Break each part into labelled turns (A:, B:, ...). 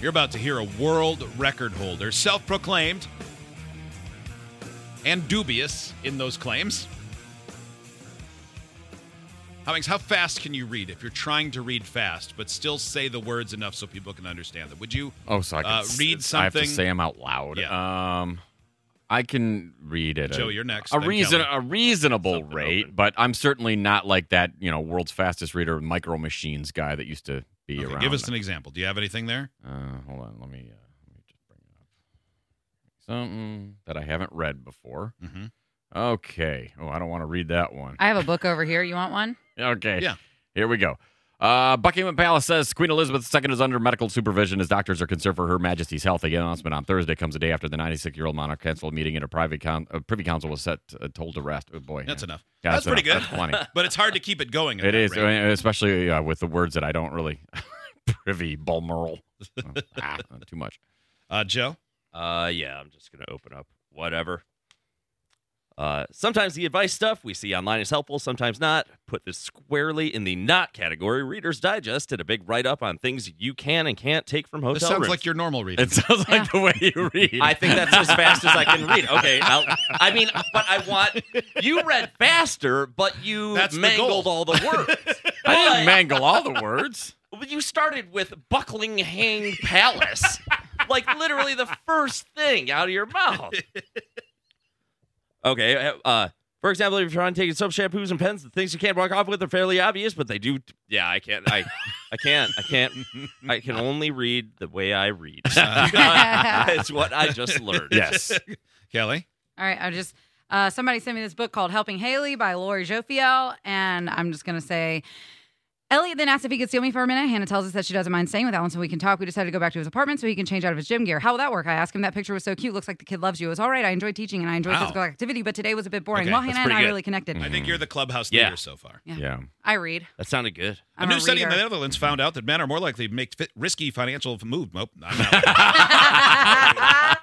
A: You're about to hear a world record holder, self proclaimed and dubious in those claims. Howings, how fast can you read if you're trying to read fast, but still say the words enough so people can understand them? Would you?
B: Oh, so I can
A: uh,
B: s-
A: read
B: I have to
A: something?
B: say them out loud. Um, I can read it.
A: Joe, you're next,
B: A
A: then
B: reason,
A: Kelly.
B: a reasonable
A: Something
B: rate,
A: open.
B: but I'm certainly not like that. You know, world's fastest reader, micro machines guy that used to be
A: Okay,
B: around.
A: give us an example. Do you have anything there?
B: Uh, hold on, let me uh, let me just bring it up. Something that I haven't read before.
A: Mhm.
B: Okay. Oh, I don't want to read that one.
C: I have a book over here. You want one?
B: Okay.
A: Yeah.
B: Here we go. Uh, Buckingham Palace says Queen Elizabeth II is under medical supervision as doctors are concerned for Her Majesty's health. The announcement on Thursday comes a day after the 96 year old monarch canceled a meeting at a private con- uh, privy council was set uh, told to rest. Oh boy,
A: That's
B: yeah.
A: enough.
B: Yeah,
A: that's, pretty
B: enough.
A: good.
B: That's plenty.
A: but it's hard to keep it going. at
B: it
A: that
B: is,
A: rate.
B: I mean, especially uh, with the words that I don't really privy. Balmoral, Oh, ah, too much.
A: Uh, Joe,
D: Uh, yeah, I'm just gonna open up whatever. Uh, sometimes the advice stuff we see online is helpful, sometimes not. Put this squarely in the not category. Reader's Digest did a big write-up on things you can and can't take from hotel
A: this sounds
D: rooms.
A: like your normal reading.
B: It sounds like the way you read.
D: I think that's as fast as I can read. Okay, I'll, I mean, but I want you read faster, but you
A: That's the
D: mangled
A: goal.
D: all the words.
B: I didn't
D: But-
B: mangle all the words.
D: Well, You started with Bucklingham Palace. like literally the first thing out of your mouth. okay. Uh, for example, if you're trying to take soap, shampoos, and pens, the things you can't walk off with are fairly obvious, but they do. Yeah, I can't. I, I can't. I can't. I can only read the way I read. That's what I just learned.
B: Yes.
A: Kelly,
C: All right. I just uh, somebody sent me this book called Helping Haley by Lori Joffiel, and I'm just gonna say. Elliot then asks if he could steal me for a minute. Hannah tells us that she doesn't mind staying with Alan so we can talk. We decided to go back to his apartment so he can change out of his gym gear. How will that work? I ask him. That picture was so cute. Looks like the kid loves you. It was all right. I enjoyed teaching and I enjoyed
A: Wow.
C: physical activity, but today was a bit boring.
A: Okay,
C: well,
A: that's
C: Hannah and
D: pretty
C: I
D: good.
C: really connected.
A: I think you're the clubhouse
D: Yeah.
A: leader so far.
B: Mm-hmm. Yeah.
C: I read.
D: That sounded good.
C: I'm
A: a new study in the
C: reader.
A: Netherlands found out that men are more likely to make fit risky financial move. Nope, I'm out.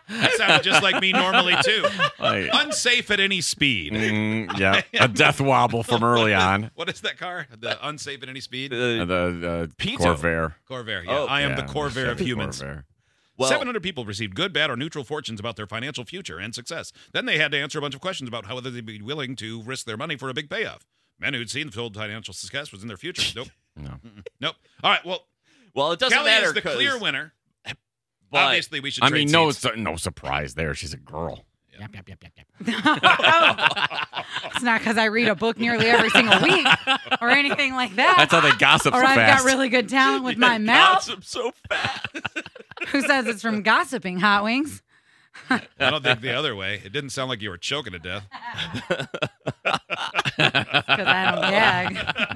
A: that sounded just like me normally too.
B: Like-
A: Unsafe at any speed.
B: Mm, yeah. A death wobble from early on.
A: What is that car? The unsafe at any speed?
B: Uh,
D: Uh,
B: the uh,
D: Pito.
B: Corvair.
A: Corvair. Yeah,
D: Oh,
A: I am
B: Yeah,
A: the Corvair of
B: Chevy
A: humans.
B: Corvair.
D: well,
A: 700 people received good, bad, or neutral fortunes about their financial future and success. Then they had to answer a bunch of questions about how whether they'd be willing to risk their money for a big payoff. Men who'd seen told financial success was in their future. Nope.
B: No.
A: Mm-mm. Nope. All right. Well,
D: well, it doesn't
A: Kelly
D: matter.
A: is the
D: 'cause-
A: clear winner.
D: but-
A: Obviously, we should.
B: I
A: trade
B: mean, no,
A: seats.
B: su- no surprise there. She's a girl. Yep, yep, yep, yep, yep.
C: It's not because I read a book nearly every single week or anything like that.
B: That's how they gossip
C: or
B: so
C: I've
B: fast.
C: got really good talent with my
D: God,
C: mouth.
D: I'm so fat.
C: Who says it's from gossiping, Hot Wings?
A: I don't think the other way. It didn't sound like you were choking to death.
C: Because I don't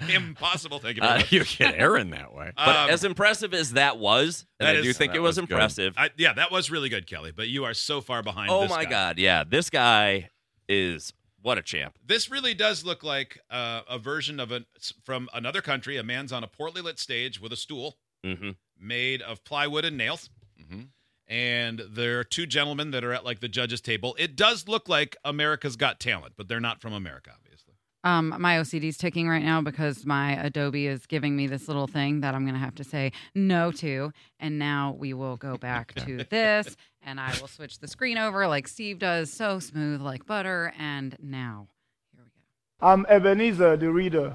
C: gag.
A: Impossible. Thank you very
B: Uh,
A: much.
B: you get Aaron that way.
D: But
A: Um,
D: as impressive as that was, and
A: that
D: I
A: is-
D: do think
B: that
D: it was,
B: was good.
D: impressive.
A: I, yeah, that was really good, Kelly. But you are so far behind.
D: oh
A: this
D: my
A: guy.
D: god, yeah, this guy is what a champ.
A: This really does look like uh, a version of a from another country. A man's on a portly lit stage with a stool
D: hmm
A: made of plywood and nails,
B: Mhm.
A: and there are two gentlemen that are at like the judges' table. It does look like America's Got Talent, but they're not from America, obviously.
C: Um, my OCD's ticking right now because my Adobe is giving me this little thing that I'm going to have to say no to. And now we will go back to this and I will switch the screen over like Steve does, so smooth like butter. And now, here we go.
E: I'm Ebenezer, the reader.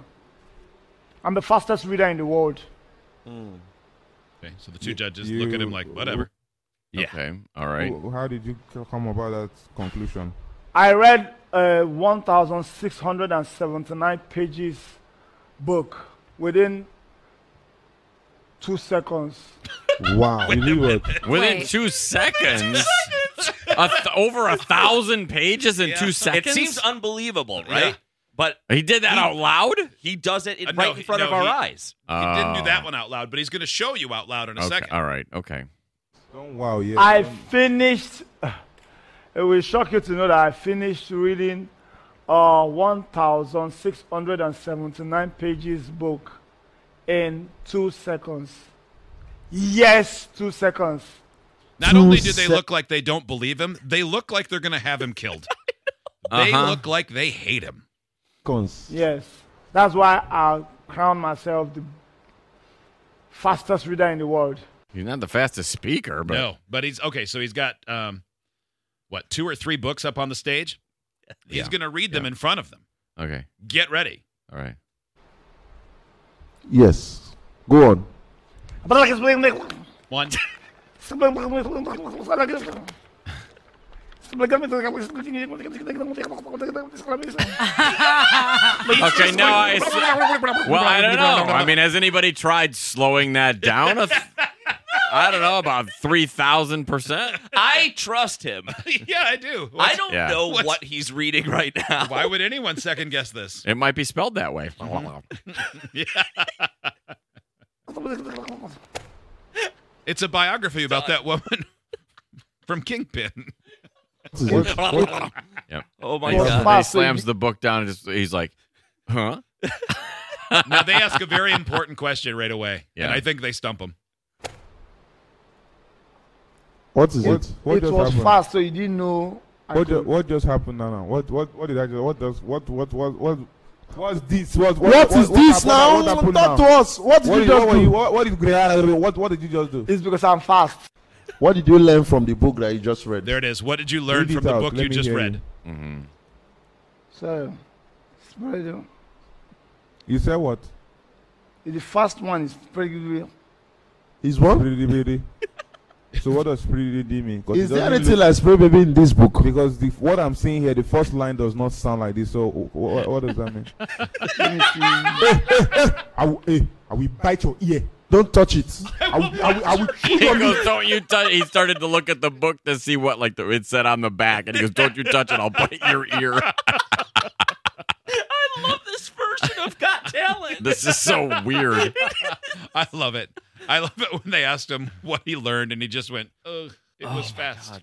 E: I'm the fastest reader in the world.
A: Okay, so the two judges look at him like whatever.
D: Yeah.
B: Okay. All right.
F: Wh- How did you c- come about that conclusion?
E: I read uh, a 1,679 pages book within two seconds.
F: Wow, you knew it.
B: Within
C: Wait.
B: two seconds. a th- over a thousand pages in
A: Yeah.
B: two
A: It
B: seconds.
D: It seems unbelievable, right?
A: Yeah.
D: But
B: he did that out loud.
D: He does it in,
A: Uh, no,
D: right in
A: he-
D: front
A: no,
D: of our
A: he-
D: eyes.
A: He didn't
D: Ah.
A: do
B: Oh.
A: that one out loud, but he's going to show you out loud in a
B: Okay,
A: second.
B: All right. Okay.
F: Don't wow, yeah.
E: I
F: don't-
E: finished. It will shock you to know that I finished reading uh, 1,679 pages book in two seconds. Yes, two seconds.
A: Not only do they look like they don't believe him, they look like they're going to have him killed. They
B: Uh-huh.
A: look like they hate him.
F: Cons.
E: Yes, that's why I crown myself the fastest reader in the world.
B: He's not the fastest speaker, but
A: no, but he's okay. So he's got um, what two or three books up on the stage. He's
B: Yeah.
A: going to read them in front of them.
B: okay.
A: Get ready.
B: All right.
F: Yes. Go on.
A: One.
B: Okay. No, I. Well, I don't know. I mean, has anybody tried slowing that down? A th- I don't know about three thousand percent.
D: I trust him.
A: yeah, I do.
D: I don't
B: Yeah.
D: know
A: What's-
D: what he's reading right now.
A: Why would anyone second guess this?
B: It might be spelled that way.
A: It's a biography about that woman from Kingpin.
F: What is it? What-
D: Oh my
E: Well,
D: god.
B: He
E: Wow, so
B: slams
E: you-
B: the book down and just he's like, "Huh?
A: Now they ask a very important question right away, and
B: Yeah.
A: I think they stump him.
F: What is it? What
E: it
F: just
E: was
F: happened?
E: fast, so you didn't know. I
F: What, ju-
E: could-
F: what just happened now? now? What what what did I just what does what what what what what's this? What
G: What is this
F: happened now? What
G: now?
F: happened
G: Talk to
F: now?
G: us. What did
F: What
G: you
F: did, what,
G: just
F: were
G: do?
F: you, what, what, did you, what, what did you just do?
E: It's because I'm fast.
G: What did you learn from the book that you just read?
A: There it is. What did you learn
F: Read it
A: from the
F: out.
A: book
F: Let
A: you
F: me
A: just
F: hear
A: read?
F: you.
E: So, it's pretty good.
F: You said what?
E: The first one is pretty good.
G: Is what?
F: Pretty baby. so what does pretty baby mean? 'Cause it
G: Is there
F: doesn't
G: anything
F: look-
G: like spray baby in this book?
F: because the, what I'm seeing here, the first line does not sound like this. So what, what does that mean?
E: Let me see.
G: I will, eh, I will bite your ear. Don't touch it. I will, I will, I will shoot
B: He
G: on you.
B: goes, "Don't you touch." He started to look at the book to see what like the, it said on the back, and he goes, "Don't you touch it. I'll bite your ear."
D: I love this version of Got Talent.
B: This is so weird.
A: I love it. I love it when they asked him what he learned, and he just went, "Ugh, it was fast."